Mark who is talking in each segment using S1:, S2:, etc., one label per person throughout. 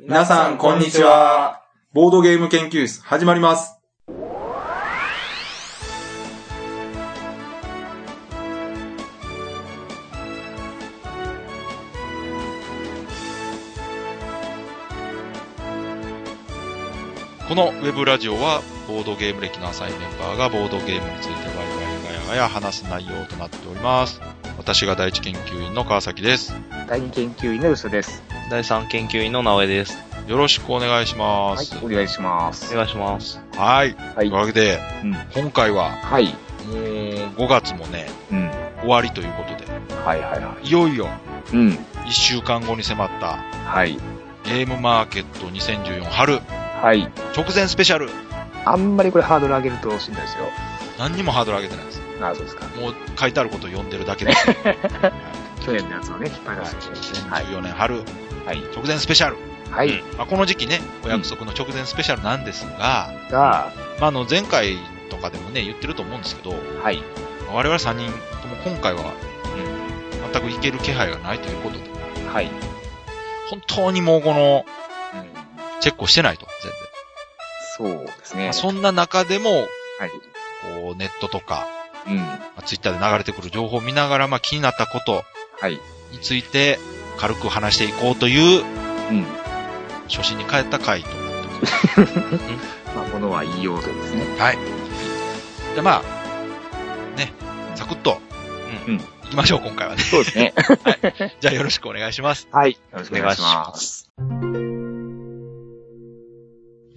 S1: 皆さん、こんにちは。
S2: ボードゲーム研究室、始まります。
S3: このウェブラジオは、ボードゲーム歴の浅いメンバーがボードゲームについてワイワイガヤガヤ話す内容となっております。私が第一研究員の川崎です。
S1: 第二研究員の嘘です。
S4: 第3研究員の直江です。
S3: よろしくお願いしま
S1: はい
S3: す。、
S1: お願いします
S4: お。願いします。
S3: はい。
S1: は
S3: とい。
S1: いう
S3: わけで、
S1: うん
S3: 今回は、
S1: はい。
S3: もう5月もね、
S1: うん。
S3: 終わりということで、
S1: はいはいはい
S3: よいよ
S1: い。うん。
S3: 1週間後に迫った
S1: はい。
S3: ゲームマーケット2014春
S1: はい。
S3: 直前スペシャル。
S1: あんまりこれハードル上げるとしんどいですよ。
S3: 何にもハードル上げてないです。
S1: なそうですか。
S3: もう書いてあることを読んでるだけ です。
S1: 去年のやつをね、引っ張り出して。はい。
S3: 2014年春、
S1: はい。
S3: 直前スペシャル。
S1: はい。
S3: まあ、この時期ね、お約束の直前スペシャルなんですが、
S1: が、
S3: まあ、あの、前回とかでもね、言ってると思うんですけど、
S1: はい。
S3: 我々3人とも今回は、うん、全くいける気配がないということで、
S1: はい。
S3: 本当にもうこ
S1: う
S3: の、
S1: ん
S3: チェックをしてないと、全然。
S1: そうです
S3: ま
S1: ね
S3: あ。そんな中でも、
S1: はい。
S3: こう、ネットとか、
S1: うん。
S3: まあ、ツイッターで流れてくる情報を見ながら、まあ、気になったこと
S1: はい。
S3: について、軽く話していこうという、
S1: うん。
S3: 初心に帰った回となっております。
S1: まあ、ものは言いようとですね。
S3: で、まあ、ね、サクッと、
S1: うん
S3: 行きましょう、今回はね。
S1: そうですね。
S3: じゃあよろしくお願いします。
S1: はい。よろしくお願いします。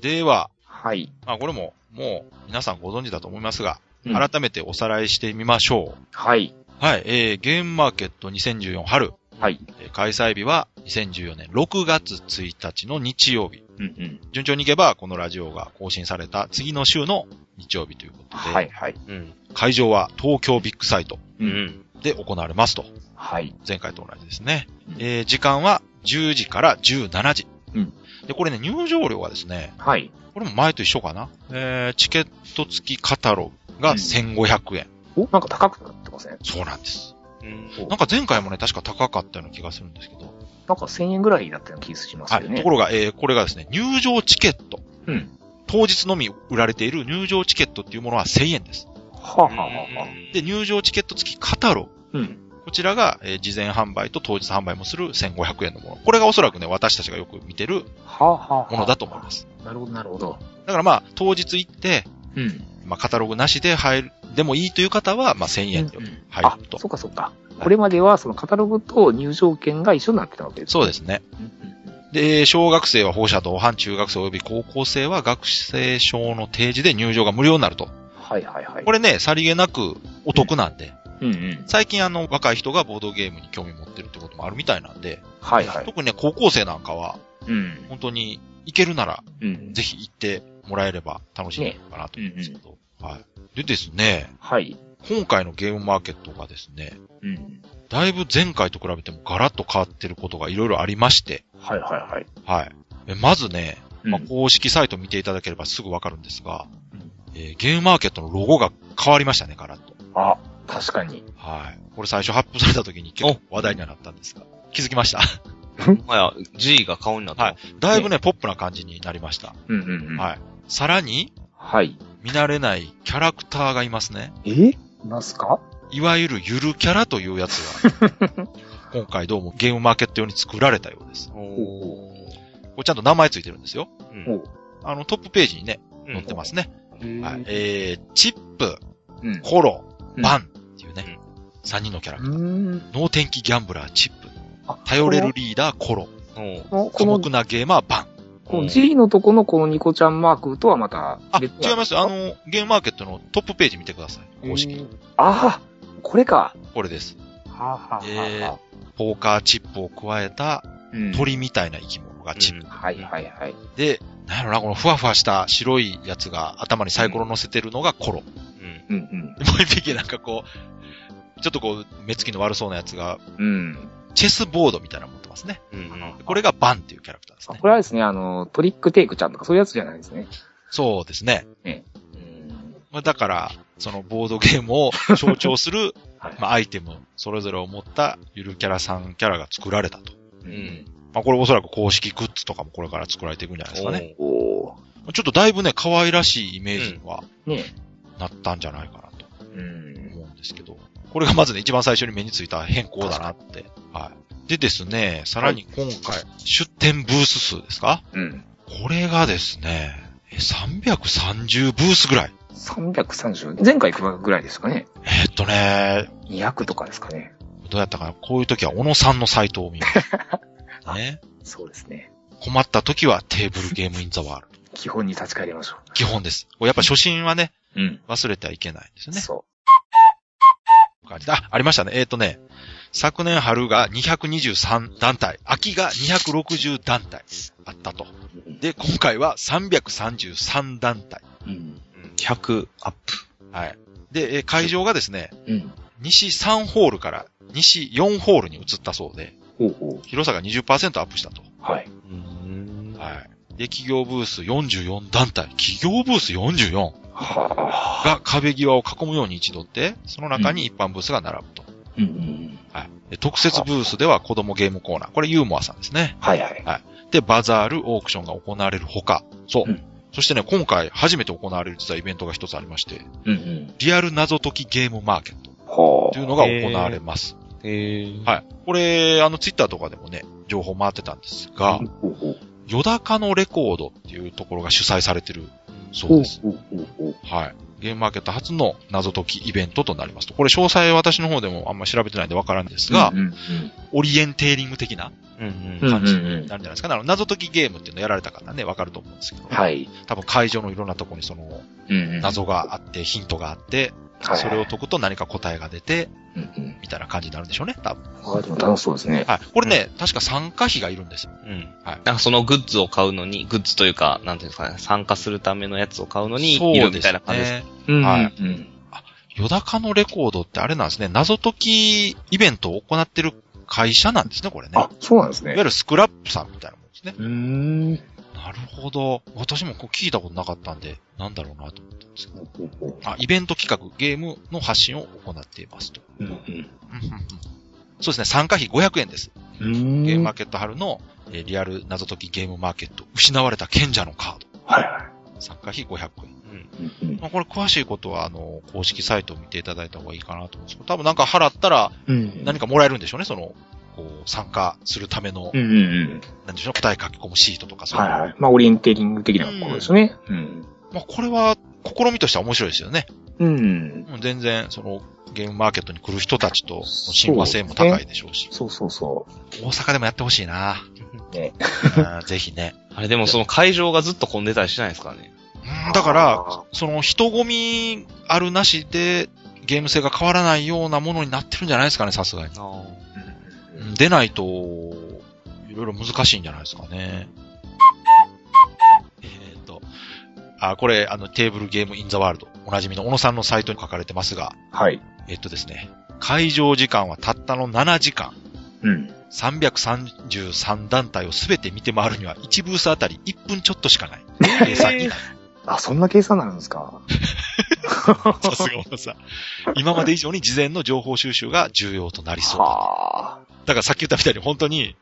S3: では、
S1: はい。
S3: まあこれも、もう皆さんご存知だと思いますが、
S1: うん
S3: 改めておさらいしてみましょう。
S1: はい。
S3: はい、えー、ゲームマーケット2014春、
S1: はい。
S3: えー開催日は2014年6月1日の日曜日。
S1: うんうん。
S3: 順調にいけば、このラジオが更新された次の週の日曜日ということで、
S1: はいはい。
S4: うん。
S3: 会場は東京ビッグサイト
S1: う。
S4: うんん。
S3: で行われますと。
S1: はい。
S3: 前回と同じですね
S1: うん。
S3: えー、時間は10時から17時。
S1: うん
S3: で、これね、入場料はですね、
S1: はい。
S3: これも前と一緒かな。えー、チケット付きカタログが1500円。
S1: お、なんか高くなってません
S3: そうなんです。
S4: うん。
S3: なんか前回もね、確か高かったような気がするんですけど。
S1: なんか1000円ぐらいになったような気がしますよ
S3: はい。
S1: ね。
S3: ところが、えー、これがですね、入場チケット。
S1: うん。
S3: 当日のみ売られている入場チケットっていうものは1000円です。
S1: はあ、はあはあはあ、
S3: で、入場チケット付きカタログ。
S1: うん。
S3: こちらが、えー事前販売と当日販売もする1500円のもの。これがおそらくね、私たちがよく見てる
S1: はあ、はあ。
S3: ものだと思います。
S1: なるほど、なるほど。
S3: だからまあ、当日行って、
S1: うん。
S3: まあ、カタログなしで入る、でもいいという方は、まあ、1000円で
S1: うんうん
S3: 入ると
S1: あ、。そうかそうか。これまでは、そのカタログと入場券が一緒になってたわけです。
S3: そうですね。
S1: うんうん
S3: で、小学生は放射同伴、中学生及び高校生は学生証の提示で入場が無料になると。
S1: うん。はいはいはい。
S3: これね、さりげなくお得なんで、
S1: うんうん。
S3: 最近あの、若い人がボードゲームに興味持ってるってこともあるみたいなんで、
S1: はいはい。
S3: 特にね、高校生なんかは、
S1: うん。
S3: 本当に行けるなら、
S1: うん。
S3: ぜひ行ってもらえれば楽しいのかなと思うんですけど。はい。でですね、
S1: はい。
S3: 今回のゲームマーケットがですね、
S1: うん。
S3: だいぶ前回と比べてもガラッと変わってることがいろいろありまして、
S1: はいはいはい。
S3: はい。えまずね、
S1: うん
S3: まあ、公式サイト見ていただければすぐわかるんですが、えーゲームマーケットのロゴが変わりましたね、ガラッと。
S1: あ、確かに。
S3: はい。これ最初発表された時に結構話題にはなったんですが、気づきました。
S4: もはや、G が顔になった。
S3: はい。だいぶね、ポップな感じになりました。
S1: うんうんうん。
S3: はい。さらに、
S1: はい。
S3: 見慣れないキャラクターがいますね。
S1: えいますか
S3: いわゆるゆるキャラというやつが、 今回どうもゲームマーケット用に作られたようです。
S4: おー
S3: これちゃんと名前ついてるんですよ。
S4: うん。
S3: あの、トップページにね、
S4: うん
S3: 載ってますね。
S1: うん
S3: はい。えー、チップ、
S1: うん。
S3: コロ、
S1: うん
S3: バンっていうね、3人のキャラクター
S1: うん。
S3: 脳天気ギャンブラーチップ。
S1: あ
S3: 頼れるリーダーコロ。
S4: おー
S1: この、こ
S3: 寡
S1: の
S3: 黙なゲーマーバン。
S1: この G のとこのこのニコちゃんマークとはまた
S3: あ、
S1: 別
S3: 違います。あ、の、ゲームマーケットのトップページ見てください。公式。。
S1: ああ、これか。
S3: これです。
S1: はあ、はあは
S3: え
S1: あ
S3: ー
S1: は
S3: ポーカーチップを加えた
S1: あ、うん
S3: 鳥みたいな生き物がチップ。
S1: はいはいはい。
S3: で、なんやろな、このふわふわした白いやつが頭にサイコロ乗せてるのがコロ。
S4: うん。
S1: うんうん。
S3: でもう一匹なんかこう、ちょっとこう、目つきの悪そうなやつが、
S1: うん。
S3: チェスボードみたいなの持ってますね。
S4: うん。
S3: これがバンっていうキャラクターです
S1: あ
S3: ね。
S1: これはですね、あの、トリックテイクちゃんとかそういうやつじゃないですね。
S3: そうですね。
S1: うん。
S3: まあだから、そのボードゲームを象徴する
S1: はい、
S3: まあ、アイテム、それぞれを持ったゆるキャラ3キャラが作られたと。
S1: うんん。
S3: まあこれおそらく公式グッズとかもこれから作られていくんじゃないですかね。
S1: お
S3: ちょっとだいぶね、可愛らしいイメージには
S1: ーね
S3: なったんじゃないかなと
S1: え。うん。
S3: 思うんですけど、これがまずね、一番最初に目についた変更だなって。はい。でですね、さらに今回、出店ブース数ですか
S1: うん。
S3: これがですね、え330ブースぐらい。
S1: 330。前回いくらぐらいですかね。
S3: えっとね、
S1: 200とかですかね。
S3: どうやったかなこういう時は小野さんのサイトを見る。 ね。
S1: そうですね。
S3: 困った時はテーブルゲームインザワールド。
S1: 基本に立ち返りましょ
S3: 基本です。これやっぱ初心はね、
S1: う。うん。
S3: 忘れてはいけないですよね。
S1: そ
S3: 感じであ、ありましたね。えっ、とね、昨年春が223団体、秋が260団体あったと。で、今回は333団体。
S1: う。うん。
S4: 100アップ。
S3: はい。で、えー会場がですね、
S1: うん。
S3: 西3ホールから西4ホールに移ったそうで、
S1: ほうほ
S3: 広さが20%アップしたと。
S1: う。はい。
S4: うん
S3: はい。で、企業ブース44団体、企業ブース44
S1: はあ。
S3: が壁際を囲むように一度って、その中に一般ブースが並ぶと。
S1: うんうん。
S3: はい。で特設ブースでは子供ゲームコーナー。これユーモアさんですね。
S1: はいはい。
S3: で、バザール、オークションが行われるほか、そう。
S1: うん
S3: そしてね、今回初めて行われる実はイベントが一つありまして、
S1: うんうん。
S3: リアル謎解きゲームマーケット
S1: は
S3: というのが行われます。
S4: えー。
S3: はい。これ、あの、ツイッターとかでもね、情報回ってたんです
S1: あ。
S3: が、
S1: ほうほう。
S3: ヨダカのレコードっていうところが主催されてるそうです。
S1: ほうほうほう。
S3: はい。ゲームマーケット初の謎解きイベントとなりますと。これ詳細私の方でもあんま調べてないんでわからんですが、
S1: うんうん
S3: オリエンテーリング的な
S4: うん
S1: うん。
S4: うん。
S3: 感じ
S1: うんうんうん
S3: になるんじゃないですかね。あの、謎解きゲームっていうのやられた方ね、わかると思うんですけど、
S1: はい。
S3: 多分会場のいろんなところにその、
S1: うんうん。
S3: 謎があって、ヒントがあって、
S1: はい
S3: それを解くと何か答えが出て、
S1: うんうん。
S3: みたいな感じになるんでしょうね、多分。
S1: ああ、でも楽しそうですね。
S3: はい。これね、確か参加費がいるんですよ。
S4: うん。
S3: はい
S4: なんかそのグッズを買うのに、グッズというか、なんていうんですかね、参加するためのやつを買うのに、いるみたいな感じです。
S3: ね。
S1: うんうん
S3: はい
S1: うん。
S3: ヨダカのレコードってあれなんですね、謎解きイベントを行ってる会社なんですね、これね。い
S1: あ
S3: わ、
S1: そうなんです
S3: ゆ
S1: ね。
S3: るスクラップさんみたいなもんですね。
S1: うーん。
S3: なるほど。私もこう聞いたことなかったんで、なんだろうなと。
S1: ほうほうほう
S3: あ、イベント企画、ゲームの発信を行っていますと。
S1: うんうん。
S3: うんうんうんそうですね、参加費500円です。
S1: うーん
S3: ゲームマーケット春の、えーリアル謎解きゲームマーケット、失われた賢者のカー
S1: はいは
S3: ド。参加費500円。
S1: い。うんうん
S3: まあ、これ詳しいことは、あの、公式サイトを見ていただいた方がいいかなと思うんですけど、多分なんか払ったら
S1: うん
S3: 何かもらえるんでしょうね、その、こう、参加するための、
S1: うんうんうん。
S3: なんでしょう、答え書き込むシートとかそういう
S1: はい
S3: の
S1: はい。まあ、オリエンテーリング的なことですね。うん。
S3: まあ、これは、試みとしては面白いですよね。
S1: うん。
S3: うん全然、その、ゲームマーケットに来る人たちとの親和性も高いでしょうし、
S1: そうそうそ
S3: 大阪でもやってほしいな、
S1: ね
S3: うん ぜひね。
S4: あれでもその会場がずっと混んでたりしないですからね。
S3: うん
S1: う。
S3: だから、
S1: あ
S3: その人混みあるなしでゲーム性が変わらないようなものになってるんじゃないですかね、さすがに。
S4: あ
S1: ー、
S3: 出ないと、いろいろ難しいんじゃないですかね。えーっ、と、あ、これ、あの、テーブルゲームインザワールド、おなじみの小野さんのサイトに書かれてますが、
S1: はい。
S3: えっとですね、会場時間はたったの7時間。
S1: うん。
S3: 333団体をすべて見て回るには1ブースあたり1分ちょっとしかない。計算になる
S1: あ、そんな計算になるんですか
S3: さすが小野さん。今まで以上に事前の情報収集が重要となりそうだ。
S1: はあ。
S3: だからさっき言ったみたいに本当に、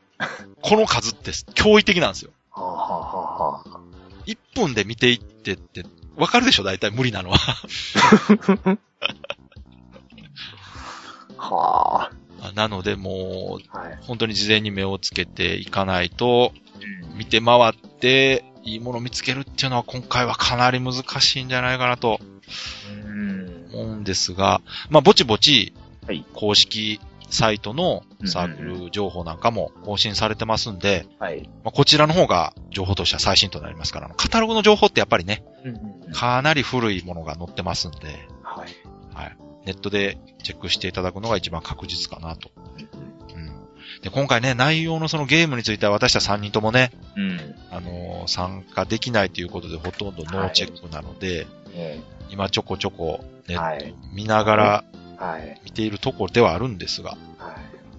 S3: この数って驚異的なんですよ。
S1: はあはあはあは
S3: 1分で見ていってって、わかるでしょ大体無理なのは。
S1: あ。は
S3: なのでもう、
S1: あ。はい。
S3: 本当に事前に目をつけていかないと、見て回って、いいもの見つけるっていうのは今回はかなり難しいんじゃないかなと
S1: うん。
S3: 思うんですが、まあぼちぼち
S1: はい、
S3: 公式サイトのサーク
S1: うんう
S3: ル情報なんかも更新されてますんで、
S1: はい。
S3: まあ、こちらの方が情報としては最新となりますから、あのカタログの情報ってやっぱりね、
S1: うんうんうん
S3: かなり古いものが載ってますんで、
S1: はい。
S3: はい。ネットでチェックしていただくのが一番確実かなと。うん。で、今回ね、内容のそのゲームについては私たち3人ともね、
S1: うん。
S3: あのー参加できないということでほとんどノーチェックなので、
S1: え
S3: 今ちょこちょこ
S1: え
S3: ネッ
S1: はい。
S3: ト見ながら
S1: はい。
S3: 見ているところではあるんですが、
S1: は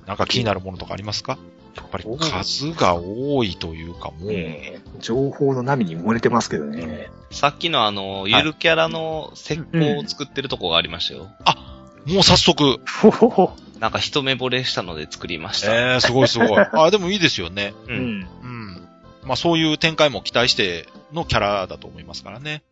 S1: い。
S3: なんか気になるものとかありますかやっぱり数が多いというかもう、
S1: ええ情報の波に埋もれてますけどね。
S4: さっきのあの、ゆるキャラの石膏を作ってるとこがありましたよ。
S3: もう早速、
S1: ほほほ。
S4: なんか一目惚れしたので作りました。
S3: えー、すごいすごい。 あ、でもいいですよね。
S4: う。
S1: うんん。
S3: うん。まあそういう展開も期待してのキャラだと思いますからね。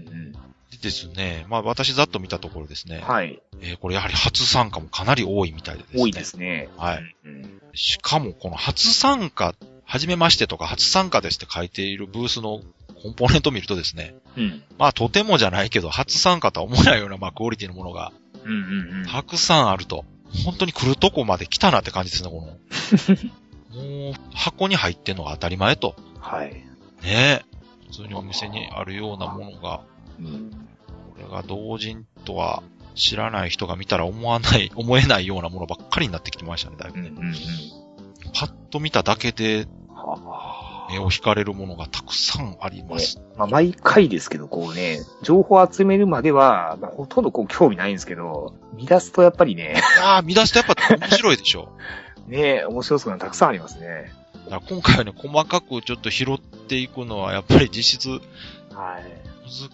S3: でですね。まあ私ざっと見たところですね。
S1: はい。
S3: えーこれやはり初参加もかなり多いみたいでですね。
S1: 多いで。すね。
S3: はい。
S1: うん
S3: しかもこの初参加、はじめましてとか初参加ですって書いているブースのコンポーネントを見るとですね。
S1: うん。
S3: まあとてもじゃないけど初参加とは思えないようなまあクオリティのものが
S1: うんうんうん。
S3: たくさんあると。本当に来るとこまで来たなって感じですね、この。もう箱に入ってんのが当たり前と。
S1: はい。
S3: ねえ。普通にお店にあるようなものが、
S1: うん
S3: これが同人とは知らない人が見たら思わない、思えないようなものばっかりになってきてましたね、だいぶ。
S1: うんうんうん。
S3: パッと見ただけで
S1: は
S3: 目を惹かれるものがたくさんあります。
S1: あまあ、毎回ですけど、こうね、情報集めるまでは、まあ、ほとんどこう興味ないんですけど、見出すとやっぱりね、
S3: ああ、見出すとやっぱ面白いでしょ。
S1: ね、面白そうなのたくさんありますね。
S3: だから今回はね、細かくちょっと拾っていくのはやっぱり実質
S1: はい。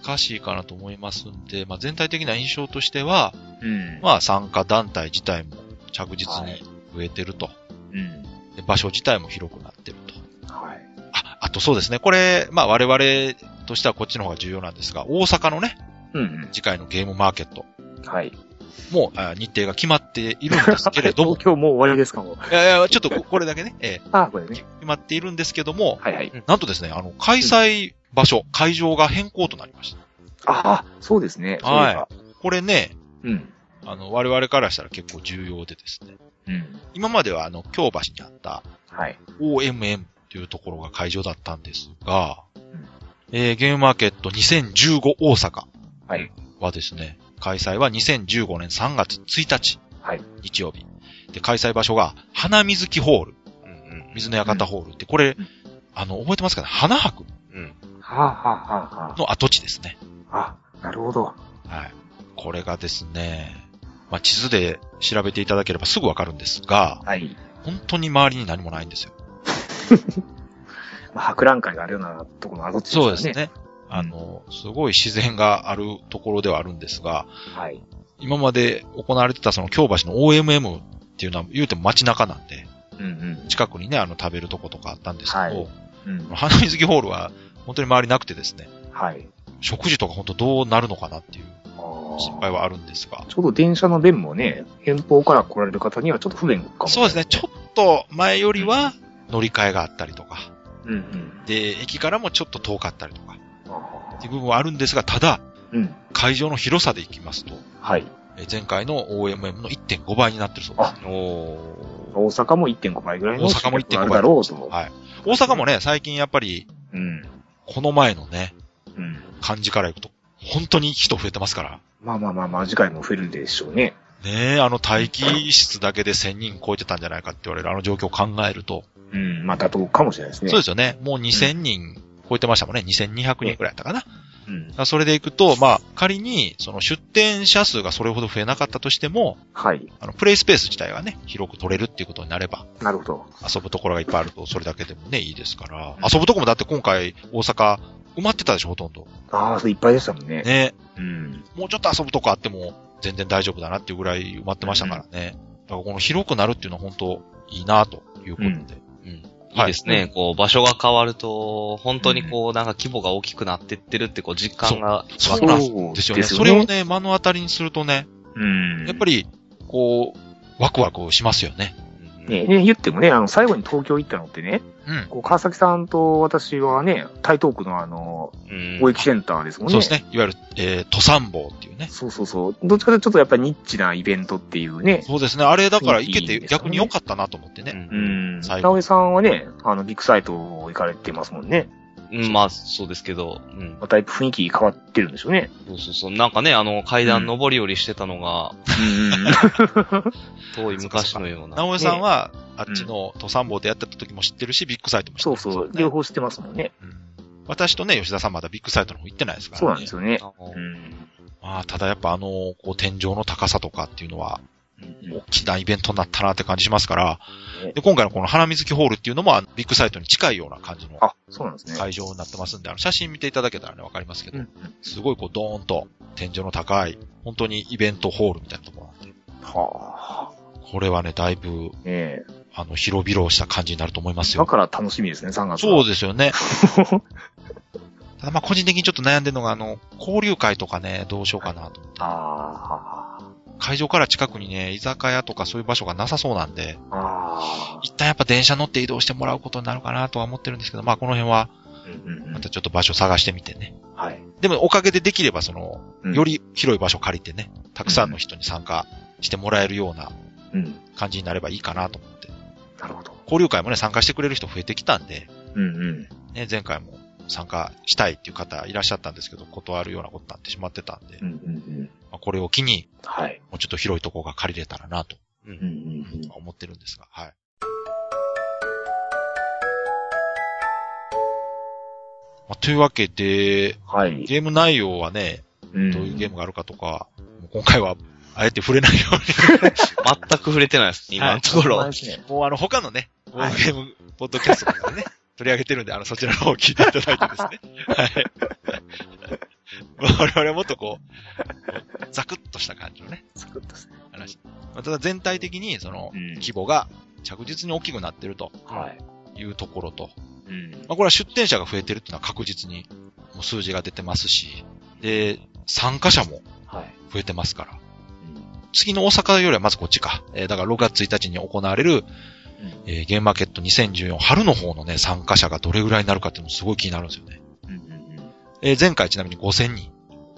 S3: 難しいかなと思いますんで、まあ、全体的な印象としては、
S1: うん。
S3: まあ参加団体自体も着実に増えてると。
S1: うん。
S3: で場所自体も広くなってると。
S1: はい。
S3: あ、あとそうですね。これ、まあ我々としてはこっちの方が重要なんですが、大阪のね、
S1: うん
S3: 次回のゲームマーケット、
S1: うん。はい。
S3: もうあ日程が決まっているんですけ れども
S1: 東、京もう終わりですかもう。
S3: いやいや、ちょっとここれだけね、え
S1: ああ、これ
S3: え
S1: ね。
S3: 決まっているんですけども、
S1: はいはい。
S3: なんとですね、あの、開催場所、会場が変更となりました。
S1: ああ、そうですね。そうえば
S3: これね、
S1: うん。
S3: あの、我々からしたら結構重要でですね、
S1: うん。
S3: 今まではあの、京橋にあった
S1: はい。
S3: OMM というところが会場だったんですが、
S1: ん
S3: えーゲームマーケット2015大阪
S1: はい。
S3: はですね、開催は2015年3月1日、
S1: はい
S3: 日曜日。で、開催場所が花水木ホール、
S4: うんうん
S3: 水の館ホールって、これ、
S1: うん
S3: あの、覚えてますかね花博
S4: うん。
S1: はあ、はあは
S3: の跡地ですね。
S1: あはあ、あ、なるほど。
S3: はい。これがですね、まあ、地図で調べていただければすぐわかるんですが、
S1: はい。
S3: 本当に周りに何もないんですよ。
S1: まあ、博覧会があるようなところの跡地
S3: そうです
S1: から。
S3: ね。あの、すごい自然があるところではあるんですが、
S1: はい。
S3: 今まで行われてたその京橋の OMM っていうのは言うても街中なんで、
S1: うんうん。
S3: 近くにね、あの食べるとことかあったんですけど、
S1: はいうん。
S3: 花水木ホールは本当に周りなくてですね、
S1: はい。
S3: 食事とか本当どうなるのかなっていう
S1: あ
S3: 心
S1: ー
S3: 配はあるんですが、
S1: ちょうど電車の便もね、遠方から来られる方にはちょっと不便かも。
S3: そうですね、ちょっと前よりは乗り換えがあったりとか、
S1: うんうん。
S3: で、駅からもちょっと遠かったりとか、
S1: あ
S3: っていう部分はあるんですが、ただ、
S1: ーうん。
S3: 会場の広さでいきますと、
S1: はい。
S3: え前回の OMM の1.5倍になってるそうです。
S4: おー。
S1: 大阪も1.5倍ぐらいの
S3: 大阪も1.5倍
S1: あるだろうと。
S3: はい。大阪もね、最近やっぱり、
S1: うん。
S3: この前のね、
S1: うん。
S3: 感じからいくと、本当に人増えてますから。
S1: まあまあまあまあ、次回も増えるでしょうね。
S3: ねえ、あの待機室だけで1000人超えてたんじゃないかって言われるあの状況を考えると、
S1: うん。まあ、妥当かもしれないですね。。
S3: そうですすよね。もう2000人超えてましたもんね。2200人くらいだったかな。だか
S1: うん。
S3: らそれでいくと、まあ、仮に、その出店者数がそれほど増えなかったとしても、
S1: はい。
S3: あの、プレイスペース自体がね、広く取れるっていうことになれば、
S1: なるほど。
S3: 遊ぶところがいっぱいあると、それだけでもね、いいですから。遊ぶとこもだって今回、大阪、埋まってたでしょ、ほとんど。
S1: ああ、それいっぱいでしたもんね。
S3: ね
S1: うん。
S3: もうちょっと遊ぶとこあっても全然大丈夫だなっていうぐらい埋まってましたからね。だからこの広くなるっていうのは本当いいなということで。
S4: うん。い
S3: はい
S4: いですね。こう、場所が変わると、本当にこう、なんか規模が大きくなってってるって、こう、実感が。
S3: そうなんですよねそれを
S1: ね。
S3: ね、目の当たりにするとね、
S1: うん。
S3: やっぱり、こう、ワクワクしますよね。
S1: ね、ね言ってもね、あの、最後に東京行ったのってね、
S3: うん。
S1: こう川崎さんと私はね、台東区のあの、
S4: うん。
S1: 貿易センターですもんね。
S3: そうです。ね。いわゆる、えー、登山坊っていうね。
S1: そうそうそう。どっちかというとちょっとやっぱりニッチなイベントっていうね。
S3: そうですね。あれだから行け
S1: いい
S3: て
S1: ですよね
S3: 逆に良かったなと思ってね。
S1: う。
S4: うん
S3: 最
S1: 直
S3: 後
S1: 江さんはね、あの、ビッグサイト行かれてますもんね。
S4: ん。まあ、そうですけど。うん。
S1: また雰囲気変わってるんでしょうね。
S4: そうそうそう。なんかね、あの、階段上り下りしてたのが、 遠い昔のような。
S3: 直江さんは、あっちの登山坊でやってた時も知ってるし、ビッグサイトも知って
S1: そ
S3: る
S1: うんそ
S3: ですよね、
S1: う。両方してますもんね。
S3: うん私とね、吉田さんまだビッグサイトの方行ってないですからね。
S1: そうなんですよね。
S4: あの
S1: うん。
S3: まあ、ただやっぱあの、こう、天井の高さとかっていうのは、
S1: うん
S3: 大きなイベントになったなって感じしますから
S1: ね、
S3: で、今回のこの花水木ホールっていうのも、あのビッグサイトに近いような感じの
S1: あ、そうなんですね。
S3: 会場になってますんで、あの、写真見ていただけたらね、わかりますけ
S1: う
S3: ど
S1: ん、
S3: すごいこう、ドーンと、天井の高い、本当にイベントホールみたいなところなんで、
S1: は
S3: これはね、だいぶ、
S1: ええ
S3: あの、広々した感じになると思います
S1: だ
S3: よ。
S1: から楽しみですね、3月
S3: そう
S1: う
S3: ですよね。ただまあ個人的にちょっと悩んでるのが、あの、交流会とかね、どうしようかなと。
S1: あー
S3: 会場から近くにね、居酒屋とかそういう場所がなさそうなんで、
S1: あ
S3: 一旦やっぱ電車乗って移動してもらうことになるかなとは思ってるんですけど、まあこの辺は、
S1: ー。うんうんう
S3: ま
S1: ん
S3: たちょっと場所探してみてね。
S1: はい。
S3: でもおかげでできればその、
S1: うん
S3: より広い場所借りてね、たくさんの人に参加してもらえるような
S1: うん。
S3: 感じになればいいかなと思って。
S1: なるほど。
S3: 交流会もね、参加してくれる人増えてきたんで、
S1: うんうん。
S3: ね、前回も参加したいっていう方いらっしゃったんですけど、断るようなことになってしまってたんで、
S1: うんうんうん。
S3: まあこれを機に、
S1: はい。
S3: もうちょっと広いとこが借りれたらなと
S1: うんうんうん。
S3: 思ってるんですが、はい。まあというわけで、
S1: はい。
S3: ゲーム内容はね、
S1: どう
S3: どういうゲームがあるかとか、もう今回は、あえて触れないように
S4: 全く触れてないです、今のところ。
S3: もうあの他のね、ボ
S1: はい
S3: ードゲーム、ポッドキャスト とかでね、取り上げてるんで、あの、そちらの方を聞いていただいてですね。はい。 まあ我々はもっとこう、ザクッとした感じのね、
S1: 作ったっすね。
S3: 話。まあただ全体的に、その
S1: う、ん
S3: 規模が着実に大きくなってると
S1: はい。
S3: いうところと、
S1: うん。
S3: まあこれは出店者が増えてるっていうのは確実に、もう数字が出てますし、で、参加者も
S1: はい。
S3: 増えてますから、次の大阪よりはまずこっちか。えーだから6月1日に行われる、えーゲームマーケット2014春の方のね、参加者がどれぐらいになるかっていうのもすごい気になるんですよね。
S1: うんうんうん。
S3: えー前回ちなみに5000人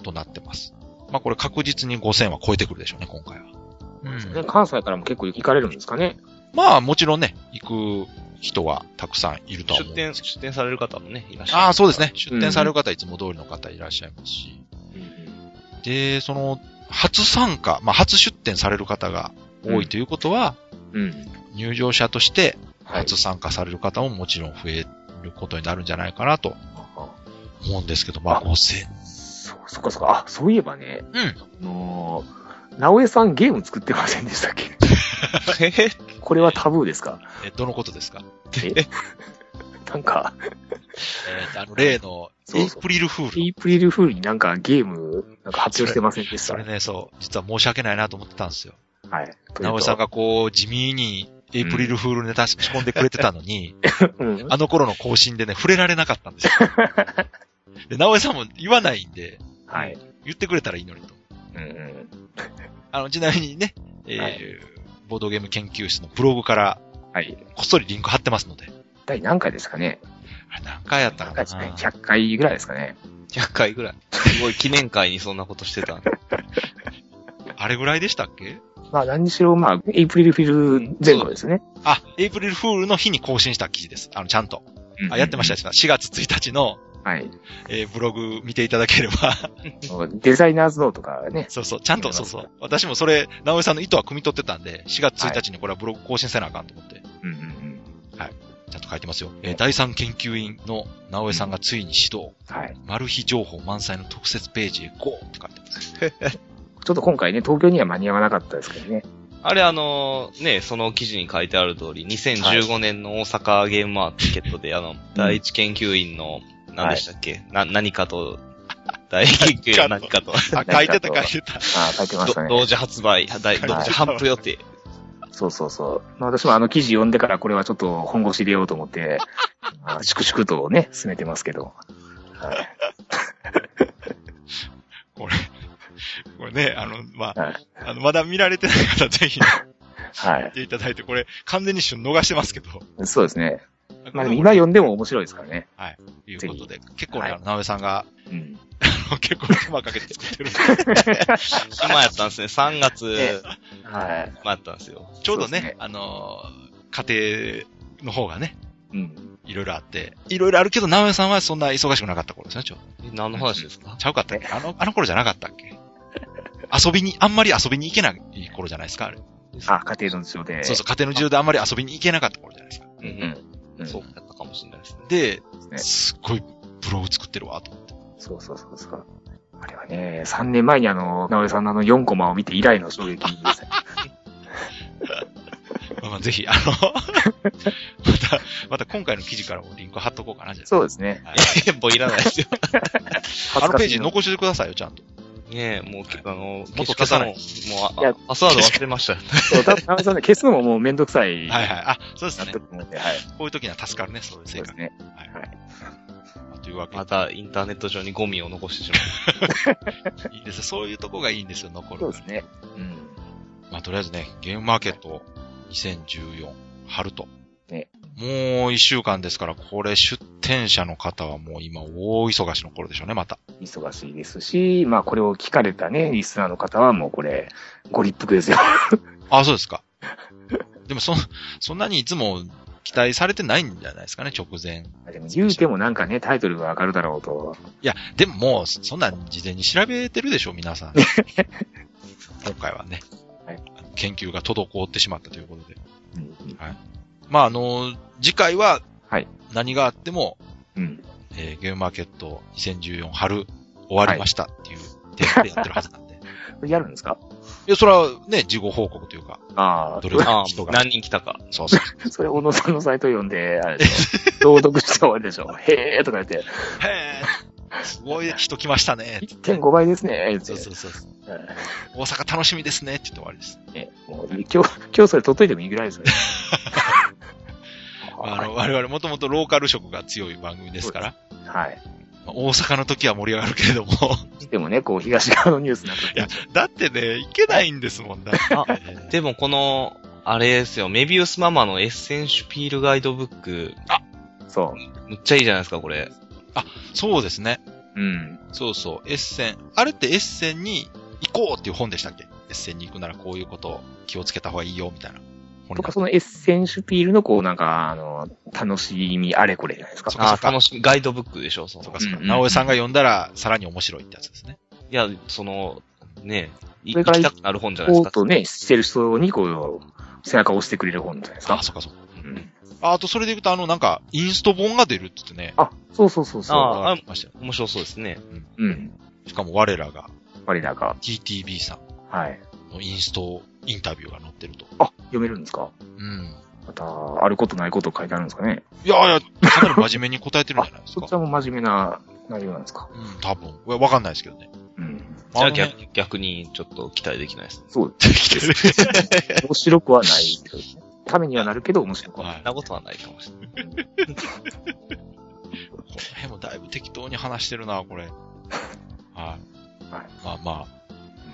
S3: となってます。まあこれ確実に5000は超えてくるでしょうね、今回は。
S1: ね関西からも結構行かれるんですかね。
S3: まあもちろんね、行く人はたくさんいるとは思
S4: 出
S3: う。
S4: 店、出店される方もね、いらっしゃる。
S3: ああ、そう ですね。出店される方いつも通りの方いらっしゃいますし。で、その、初参加、まあ初出店される方が多いということは、
S1: うん。
S3: 入場者として
S1: はい。
S3: 初参加される方ももちろん増えることになるんじゃないかなと思うんですけど、まあ
S1: あ
S3: 5000。
S1: そう、そっかそっか。あ、そういえばね、
S3: うん。
S1: あのー、直江さんゲーム作ってませんでしたっけ
S4: へへ
S1: これはタブーですか
S3: え、どのことですか
S1: なんか、
S3: えーとあの、例の、
S1: そう
S3: エイ
S1: そう
S3: プリルフール。
S1: エイプリルフールになんかゲーム、なんか発表してませんでした
S3: それね、そう、実は申し訳ないなと思ってたんですよ。
S1: はい。
S3: 直江さん
S1: が、
S3: がこう、地味に、エイプリルフールネタ仕込んでくれてたのに、
S1: うん。
S3: あの頃の更新でね、触れられなかったんです よ。で、直江さんも言わないんで、
S1: はい。
S3: 言ってくれたらいいのにと。
S1: うんうん。
S3: あの、ちなみにね、えー
S1: は
S3: ボードゲーム研究室のブログから、
S1: はい。
S3: こっそりリンク貼ってますので、
S1: 第何回ですかね
S3: あれ何回やったの
S1: 何回
S3: か
S1: ですかね
S3: な
S1: ?100 回ぐらいですかね
S4: 100回ぐらい。すごい記念会にそんなことしてた。
S3: あれぐらいでしたっけ
S1: まあ何にしろ、まあ、エイプリルフィル前後ですね。
S3: あ、エイプリルフールの日に更新した記事です。あの、ちゃんと。あ、やってました、やってました。4月1日の、
S1: た。はい。
S3: えーブログ見ていただければ、
S1: デザイナーズノーとかね。
S3: そうそう、ちゃんと、
S1: 見れ
S3: そう
S1: ます
S3: そう。私もそれ、直江さんの意図は汲み取ってたんで、4月1日にこれはブログ更新せなあかんと思って、
S1: うんうんうん。
S3: ちゃんと書いてますよ。えー第3研究員の直江さんがついに指導、
S1: はい。
S3: マル秘情報満載の特設ページへ GO! って書いてます。
S1: ちょっと今回ね、東京には間に合わなかったですけどね。
S4: あれあのー、ね、その記事に書いてある通り、2015年の大阪ゲームマーケットで、あの、第一研究員の、何でしたっけ、な、何かと、第一研究員の 何かと、
S3: あ、書いてた書いてた。
S1: ああ、書いてましたね。
S4: ど同時発売、第同時販布予定。
S1: そうそうそう。まあ私もあの記事読んでからこれはちょっと本腰入れようと思って、 ああ粛々とね、進めてますけど。はい。
S3: これ、 これね、あの、ま
S1: は
S3: あ
S1: い、
S3: あの、まだ見られてない方、ぜひ、
S1: は
S3: 見ていただいて、これ、完全に一瞬逃してますけど。
S1: い。そうですね。まあでも今読んでも面白いですからね。
S3: ということで、結構
S1: は
S3: ね、
S1: い
S3: あの、なべさんが、
S1: うん。
S3: 結構手間かけて作ってるんで、
S4: 今やったんですね。3月、
S1: はい。
S4: 今やったんですよ。
S3: ちょうど
S1: そうです
S3: ね
S1: ね、
S3: あのー、家庭の方がね、
S1: うん。
S3: いろいろあって、いろいろあるけど、なおさんはそんな忙しくなかった頃ですね、ちょ。
S4: え何の話ですか
S3: ちゃうかったっけあの、あの頃じゃなかったっけ遊びに、あんまり遊びに行けない頃じゃないですか、あれ。
S1: あ、家庭の事情で。
S3: そうそう、家庭の事情であんまり遊びに行けなかった頃じゃないですか。
S4: うん
S1: うん。う。
S4: うんん。そ
S1: そう
S4: うやったかもしれないですね。
S3: で、
S1: ね
S3: すっごいブログ作ってるわ、と思って。
S1: そうそうそうそう。あれはね、3年前にあの、直江さんのあの4コマを見て以来の衝撃ですね。
S3: まあまあ、ぜひ、あの、 また、また今回の記事からもリンク貼っとこうかな、じゃあ。
S1: そうですね。
S3: はい
S4: え、もういらないですよ。
S3: あのページ
S1: の
S3: 残してくださいよ、ちゃんと。
S4: ねえ、もう、けあの、
S3: も
S4: 消
S3: っと
S4: し
S3: 消さ
S4: 方も、
S3: ない
S4: もう
S1: い
S4: あ
S1: や、
S4: パスワード忘れました。
S1: そう、多分、ナメさんね、消すのももうめんどくさい。
S3: はいはい。あ、そうです
S1: なって
S3: ね。
S1: く
S3: こ
S1: ると思うんで、はい。
S3: ういう時には助かるね、そういう
S1: そ
S3: 性
S1: うです
S3: 格。
S1: ね。
S3: はい
S1: はい
S3: まあというわけ
S4: また、インターネット上にゴミを残してしまう。
S3: で、いいですね。そういうとこがいいんですよ、残るか
S1: そ
S3: ら
S1: うですね。うん。
S3: まあ、とりあえずね、ゲームマーケット2014春と。
S1: ね
S3: もう一週間ですから、これ出店者の方はもう今大忙しの頃でしょうね、また。
S1: 忙しいですし、まあ、これを聞かれたね、リスナーの方はもうこれ、ご立腹 ですよ。
S3: あ、そうで すか。でもそ、そんなにいつも期待されてないんじゃないですかね、直前。
S1: でも言うてもなんかね、タイトルが上がるだろうと。
S3: いや、でももう、そんなん事前に調べてるでしょ、皆さ ん。今回はね
S1: はい。
S3: 研究が滞ってしまったということで。
S1: うん。
S3: まあ、あの、次回は
S1: はい、
S3: 何があっても、
S1: うん。
S3: えーゲームマーケット2014春終わりましたっていうテーマでやってるはずなん で。い、
S1: やるんですか
S3: や、それはね、事後報告というか、
S1: ああ
S3: ど、れぐら
S4: あ
S3: い人
S4: あ、
S3: が。
S4: 何人来たか。
S3: そうそう。
S1: それ、小野さんのサイト読んで、あれでしょ朗読して終わりでしょ。 へえーとか言って、
S3: へえ、すごい人来ましたね。
S1: 1.5倍ですね、言って
S3: そう。そうそうそう。
S1: うん
S3: 大阪楽しみですねって言って終わりです。
S1: ね、もう、今日、今日それ取っといてもいいぐらいですよね。
S3: あの、我々もともとローカル色が強い番組ですから、
S1: はい。
S3: まあ大阪の時は盛り上がるけれども、
S1: でもね、こう、東側のニュースなんか、
S3: いやだってね、いけないんですもんだって
S4: あでも、この、あれですよ、メビウスママのエッセンシュピールガイドブック、
S1: そ
S4: むっちゃいいじゃないですか、これ。
S3: そうですね。
S1: う。うん。
S3: そうそう、エッセン。あれってエッセンに行こうっていう本でしたっけエッセンに行くならこういうことを気をつけた方がいいよ、みたいな本
S1: と
S3: にな
S1: か、
S3: っ
S1: そのエッセンシュピールの、こう、なんか、あの、楽しみあれこれじゃないですか。
S3: そっか
S4: あ
S3: そっ
S4: あ、
S3: か
S4: 楽しみ、ガイドブックでしょ、その
S3: そうかそうか。
S1: うんうん
S3: 直江さんが読んだら、さらに面白いってやつですね。
S4: いや、その、ねい
S1: これか
S4: 行
S1: ら
S4: きたくなる本じゃない
S1: こ
S4: で
S1: う
S4: すか
S1: と。ね、してる人に、こう、背中を押してくれる本じゃないです
S3: あ
S1: か。
S3: そっかそっか。
S1: うん
S3: ああと、それで言うと、あの、なんか、インスト本が出るって言ってね。
S1: あ、そうそうそうそ
S4: あ
S3: ありましたよ。
S4: 面白そうですね。
S1: う。うん。
S3: しかも、我らが、
S1: 我らが、
S3: TTB さ
S1: はい。
S3: んのインストインタビューが載ってると。
S1: あ、読めるんですか
S3: うん。
S1: また、あることないこと書いてあるんですかね。
S3: いやいや、かなり真面目に答えてるん
S1: あ
S3: じゃない、です
S1: そっ
S3: か
S1: ち。はもう真面目な内容なんですか。
S3: うん、多分。いやわかんないですけどね。
S1: うん。
S4: じゃあ
S3: あのね
S4: 逆逆にちょっと期待できないですね。
S1: そうです。面白くはないけどね。ためにはなるけど面白くはない。
S3: は
S4: そ
S3: い
S4: んなことはないかもしれない。
S3: この辺もだいぶ適当に話してるな、これ。はい。まあまあ、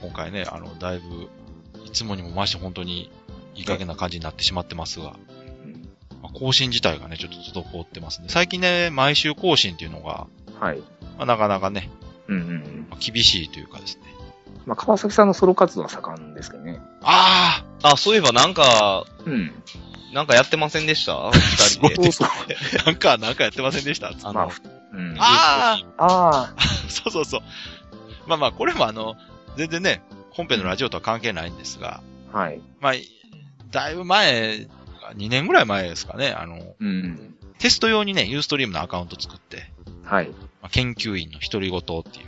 S3: 今回ね、あの、だいぶ、いつもにもまして本当にいい加減な感じになってしまってますが、
S1: うん
S3: まあ更新自体がね、ちょっと滞ってますね。最近ね、毎週更新っていうのが、
S1: はい。
S3: まあ、なかなかね、
S1: うんうんうん。
S3: まあ厳しいというかですね。
S1: まあ、川崎さんのソロ活動は盛んですけどね。
S3: あ
S4: あ、そういえばなんか、
S1: うん。
S4: なんかやってませんでした二人で。
S1: そうそう。
S3: あ なんか、なんかやってませんでした
S4: あ
S1: まあ
S4: の、
S1: うん。あ
S3: あ
S1: あー、
S3: あ そうそうそう。まあまあ、これもあの、全然ね、本編のラジオとは関係ないんですが、
S1: はい。
S3: まあ、だいぶ前、2年ぐらい前ですかね、あの、
S1: うん。
S3: テスト用にね、ユーストリームのアカウント作って、
S1: はい。
S3: まあ、研究員の独り言っていう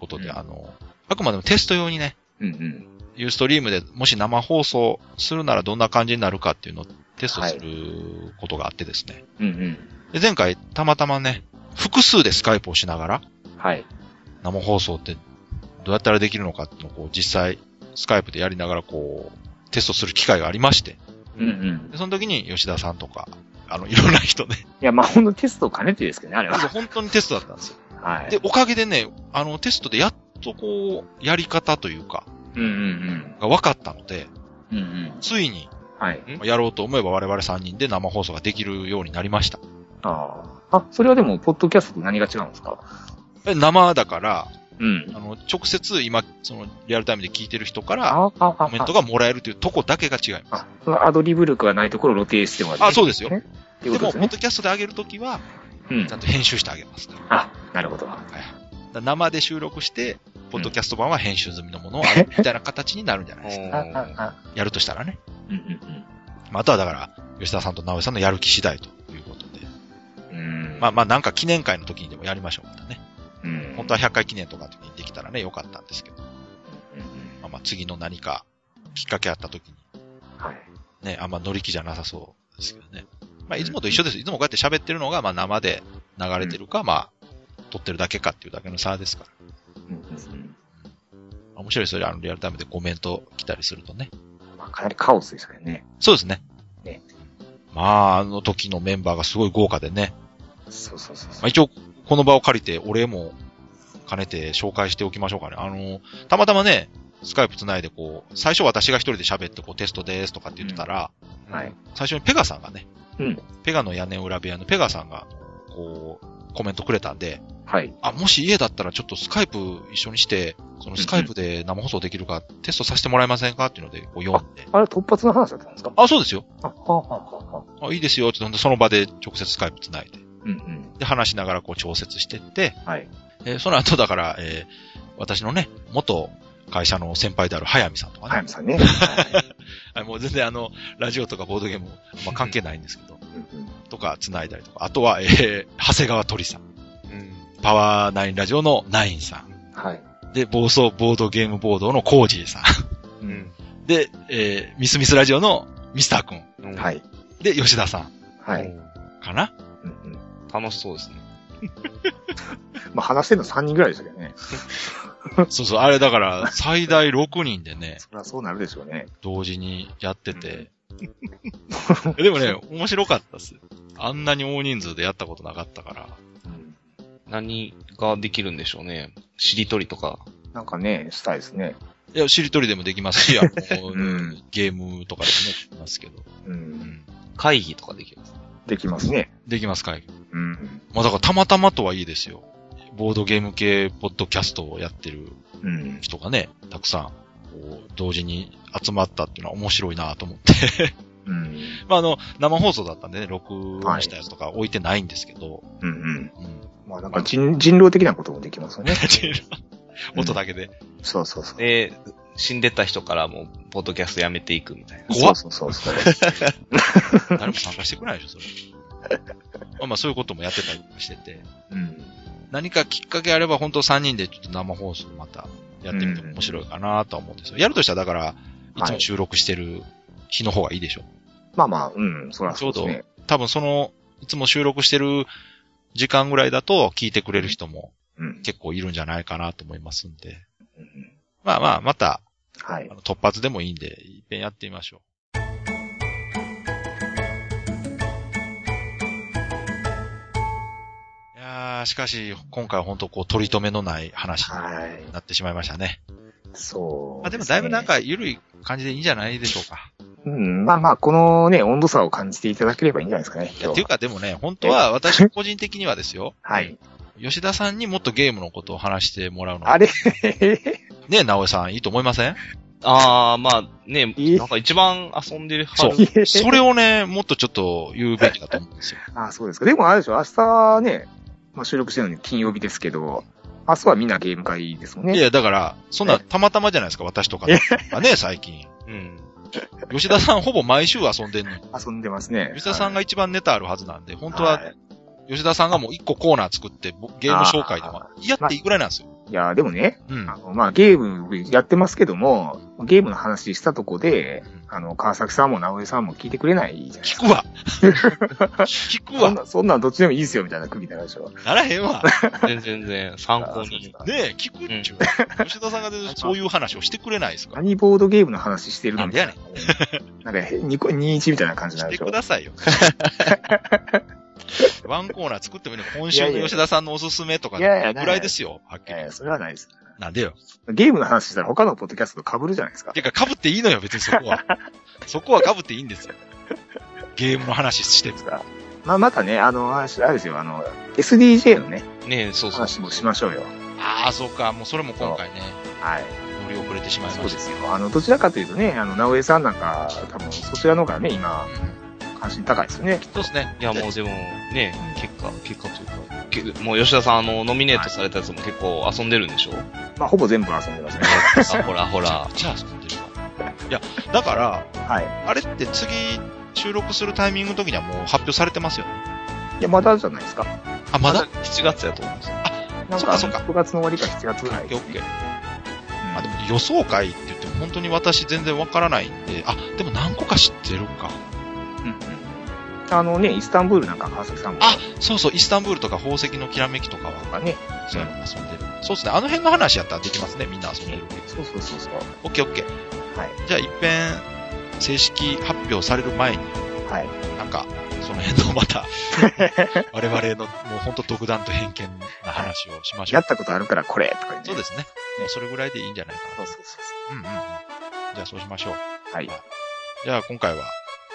S3: こと
S1: う
S3: で、
S1: ん
S3: あの、あくまでもテスト用にね、
S1: うんうん。
S3: ユーストリームでもし生放送するならどんな感じになるかっていうのをテストすることがあってですね。
S1: うん
S3: で、前回たまたまね、複数でスカイプをしながら
S1: うん。はい。
S3: 生放送ってどうやったらできるのかっていうのをこう実際スカイプでやりながらこうテストする機会がありまして、
S1: うんうん。
S3: でその時に吉田さんとか、あ の、いろんな人ね、
S1: いや、まあ、ほんのテストを兼ねてですけどね、あれは。
S3: 本当にテストだったんですよ。
S1: はい。
S3: で、おかげでね、あの、テストでやっとこう、やり方というか、
S1: うんうん
S3: が分かったので、
S1: うん。うんうん。
S3: ついに、
S1: はい。
S3: やろうと思えば我々3人で生放送ができるようになりました。
S1: ああ。あ、それはでも、ポッドキャストと何が違うんですか
S3: え生だから、
S1: うん。
S3: あの、直接今、その、リアルタイムで聞いてる人から、
S1: ああ、ああ、
S3: コメントがもらえるというとこだけが違います。
S1: あ、そのアドリブ力がないところを露呈してもらって。
S3: あそうですよ
S1: ねってこ
S3: で
S1: とで
S3: も、ポ
S1: す
S3: ッ
S1: ね。
S3: ドキャストで上げるときは、
S1: うん
S3: ちゃ。んと編集してあげますから。
S1: あ、なるほど。は
S3: はい。だから生で収録して、ポッドキャスト版は編集済みのものを上げるみたいな形になるんじゃない です
S1: あ、
S3: か。
S1: あ、あ、
S3: やるとしたらね。
S1: うんうん
S3: まあ、あとはだから、吉田さんと直江さんのやる気次第ということで。
S1: うん。うん。
S3: まあまあなんか記念会の時にでもやりましょう、またね。
S1: うん
S3: 本当は100回記念とかの時にできたらね、よかったんですけど。ま
S1: うんうん
S3: あまあ次の何かきっかけあった時に、
S1: はい。
S3: ね、あんま乗り気じゃなさそうですけどね。まあいつもと一緒です。いつもこうやって喋ってるのが、まあ生で流れてるか、まあ、撮ってるだけかっていうだけの差ですから。
S1: うんうんうん
S3: 面白いですよ。あの、リアルタイムでコメント来たりするとね。
S1: まあ、かなりカオスですよね。
S3: そうですね。
S1: ね
S3: まあ、あの時のメンバーがすごい豪華でね。
S1: そうそうそう
S3: まあ、
S1: そう。
S3: 一応、この場を借りて、お礼も兼ねて紹介しておきましょうかね。あの、たまたまね、スカイプ繋いでこう、最初私が一人で喋ってこうテストですとかって言ってたら、
S1: はい。
S3: 最初にペガさんがね、
S1: うん
S3: ペガの屋根裏部屋のペガさんが、こう、コメントくれたんで、
S1: はい。
S3: あ、もし家だったらちょっとスカイプ一緒にして、そのスカイプで生放送できるかテストさせてもらえませんかっていうので、こう読んで。
S1: あれ、突発の話だったんですか
S3: あ、そうですよ。
S1: あ、はあ、はあ、はあ。
S3: あ、いいですよ。って、ほんでその場で直接スカイプ繋いで。
S1: うんうん。
S3: で、話しながらこう調節してって、
S1: はい。
S3: えーその後だから、えー私のね、元会社の先輩である早見さんとかね。
S1: 早見さんね。はい
S3: はいもう全然あの、ラジオとかボードゲーム、まあ、関係ないんですけど、
S1: うんうん
S3: とか繋いだりとか。あとは、えー長谷川鳥さん。パワーナインラジオのナインさん。
S1: はい。
S3: で、暴走ボードゲームボードのコージーさん。
S4: うん。
S3: で、えーミスミスラジオのミスターくん。
S4: うん。。
S1: はいい。
S3: で、吉田さん
S1: はい。。
S3: かな
S1: うんうん
S4: 楽しそうですね。
S1: まあ、話してるの3人ぐらいでしたけどね。
S3: そうそう、あれだから、最大6人でね、
S1: そりゃそうなるでしょうね。
S3: 同時にやってて。 でもね、面白かったっす。あんなに大人数でやったことなかったから。
S1: うん
S4: 何ができるんでしょうね。しりとりとか。
S1: なんかね、したいですね。
S3: いや、しりとりでもできますし、あの
S1: ん
S3: ゲームとかでもね、できますけど。
S1: う。
S3: うんん
S4: 会議とかできます。
S1: できますね。
S3: できますかい
S1: うん。
S3: まあだからたまたまとはいいですよ。ボードゲーム系ポッドキャストをやってる
S1: うん。
S3: 人がね、たくさん、こう、同時に集まったっていうのは面白いなと思って。
S1: うん。
S3: まああの、生放送だったんでね、録音したやつとか置いてないんですけど、
S1: うんうん。
S3: うん
S1: まあ、なんか人、人狼的なこともできますよね。
S3: 音だけで。
S1: そうそうそう。
S4: で、死んでた人からもう、ポッドキャストやめていくみたいな。
S3: 怖っ
S1: そうそうそう。
S3: 誰も参加してくれないでしょ、それ。 まあまあそういうこともやってたりとかしてて。
S1: うん。
S3: 何かきっかけあれば、本当3人でちょっと生放送またやってみても面白いかなとは思うんですよ。やるとしたら、だから、いつも収録してる日の方がいいでしょ。
S1: まあまあ、うん、そらそうですね。
S3: 多分その、いつも収録してる時間ぐらいだと聞いてくれる人も
S1: うん。
S3: 結構いるんじゃないかなと思いますんで。
S1: うん
S3: まあまあ、また、
S1: はい
S3: あ。の突発でもいいんで、いっぺんやってみましょう。いやー、しかし、今回は本当こう、取り留めのない話に
S1: はい。
S3: なってしまいましたね。
S1: そう、
S3: まあでもだいぶなん
S1: ね。
S3: か、緩い感じでいいんじゃないでしょうか。
S1: うん、まあまあ、このね、温度差を感じていただければいいんじゃないですかね。
S3: いや、
S1: 今
S3: ってい
S1: 日
S3: うかでもね、本当は私個人的にはですよ。
S1: はい。
S3: 吉田さんにもっとゲームのことを話してもらうのが
S1: あれ
S3: ね、直江さん、いいと思いません
S4: あー、まあね、
S1: いい
S4: なんか一番遊んでる
S3: そう
S4: はる
S3: それをね、もっとちょっと言うべきだと思うんですよ。
S1: あ、そうですか。でもあれでしょ、明日はね、まあ、収録してるのに金曜日ですけど、明日はみんなゲーム会ですもんね。
S3: いや、だから、そんな、たまたまじゃないですか、私とか
S1: え
S3: がね、最近。
S4: うん。
S3: 吉田さんほぼ毎週遊んでんのに。
S1: 遊んでますね。
S3: 吉田さんが
S1: はい
S3: 一番ネタあるはずなんで、本当
S1: は
S3: は、
S1: い
S3: 吉田さんがもう一個コーナー作って、ぼゲーム紹介でも
S1: あ、
S3: やっていいぐらいなんですよ。
S1: いや、でもね、
S3: うん。
S1: あの、まあ、ゲームやってますけども、ゲームの話したとこで、あの、川崎さんも直江さんも聞いてくれないじゃないです
S3: 聞
S1: か。
S3: く わ。聞く
S1: そん
S3: わ。
S1: な、そんなんどっちでもいいですよ、みたいな首になるでしょ。
S3: ならへん わ。
S4: 全然全然、参 考
S1: あそうです
S4: に。
S1: か
S3: ねえ、聞くっちゅう。吉田さんが全然そういう話をしてくれないですから。
S1: 何ボードゲームの話してるの
S3: なんでやね
S1: ん。なんか、2個、2、1みたいな感じにな
S3: し
S1: るで
S3: て
S1: しょ
S3: く。ださ いよ。ワンコーナー作ってもいいの今週の吉田さんのおすすめとか
S1: いやいや
S3: ね、ぐらいですよ、はっきり
S1: え。えそれはないです。
S3: なんでよ。
S1: ゲームの話したら他のポッドキャストと被るじゃないですか。
S3: てか、被っていいのよ、別にそ こは。そこは被っていいんですよ。ゲームの話してる。
S1: まあ、またね、あの、あれあれですよ、あの、SDJ のね、
S4: ね、そうそう
S1: 話
S4: そ
S1: も
S4: う。
S1: しましょうよ。
S3: ああ、そうか。もうそれも今回ね、
S1: はい。
S3: 乗り遅れてしまい
S1: そう
S3: ま
S1: で
S3: した。
S1: すよ。あの、どちらかというとね、あの、直江さんなんか、多分そちらの方がね、今、
S3: うん
S1: 関心高いですよね。
S3: そうですね。
S4: いや、もうでも、ね、結果、結果というか、けもう吉田さん、あの、ノミネートされたやつも結構遊んでるんでしょ
S1: まあ、ほぼ全部遊んでますね。
S4: あ、ほらほら。
S3: じゃあ、そんでるわいや、だから、
S1: はい。
S3: あれって次、収録するタイミングの時にはもう発表されてますよね。
S1: いや、まだじゃないですか。
S3: あ、まだ
S4: ?7 月やと思うんですよ。
S1: なん
S3: そっ
S1: か、
S3: かそっか
S1: 6月の終わりか7月ぐらい
S3: オ
S1: です
S3: ッケ
S1: ね。
S3: ー
S1: うん
S3: あ、でも予想会って言っても本当に私全然わからないんで、あ、でも何個か知ってるか。
S1: うんうんあのね、イスタンブールなんか川崎さんも。
S3: あ、そうそう、イスタンブールとか宝石のきらめきとかは、
S1: とかね。
S3: そういうの遊んでる。そうですね、あの辺の話やったらできますね、みんな遊んでる。
S1: そうそうそうそう。
S3: オッケーオッケー。
S1: はい。
S3: じゃあ、一遍、正式発表される前に、
S1: はい。
S3: なんか、その辺の また、我々の、もう本当独断と偏見な話をしましょ
S1: や
S3: う
S1: っ。たことあるからこれとか言って
S3: そうですね。もうそれぐらいでいいんじゃないか
S1: そうそうそ
S3: な。うんうんうん。じゃあ、そうしましょう。
S1: う。はい。
S3: じゃあ、今回は、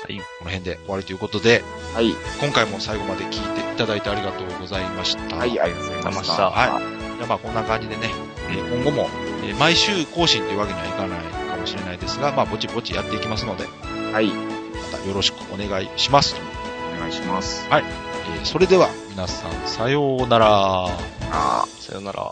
S3: はい、この辺で終わりということで、
S1: はい。
S3: 今回も最後まで聞いていただいてありがとうございました。
S1: はい、ありがとうございました。
S3: はいじゃあまあこんな感じでね、えー今後も、えー毎週更新というわけにはいかないかもしれないですが、まあぼちぼちやっていきますので、ま
S1: はい。
S3: たよろしくお願いします。
S1: お願いします。
S3: えーそれでは皆さんさようなら。
S1: あー
S4: さよなら。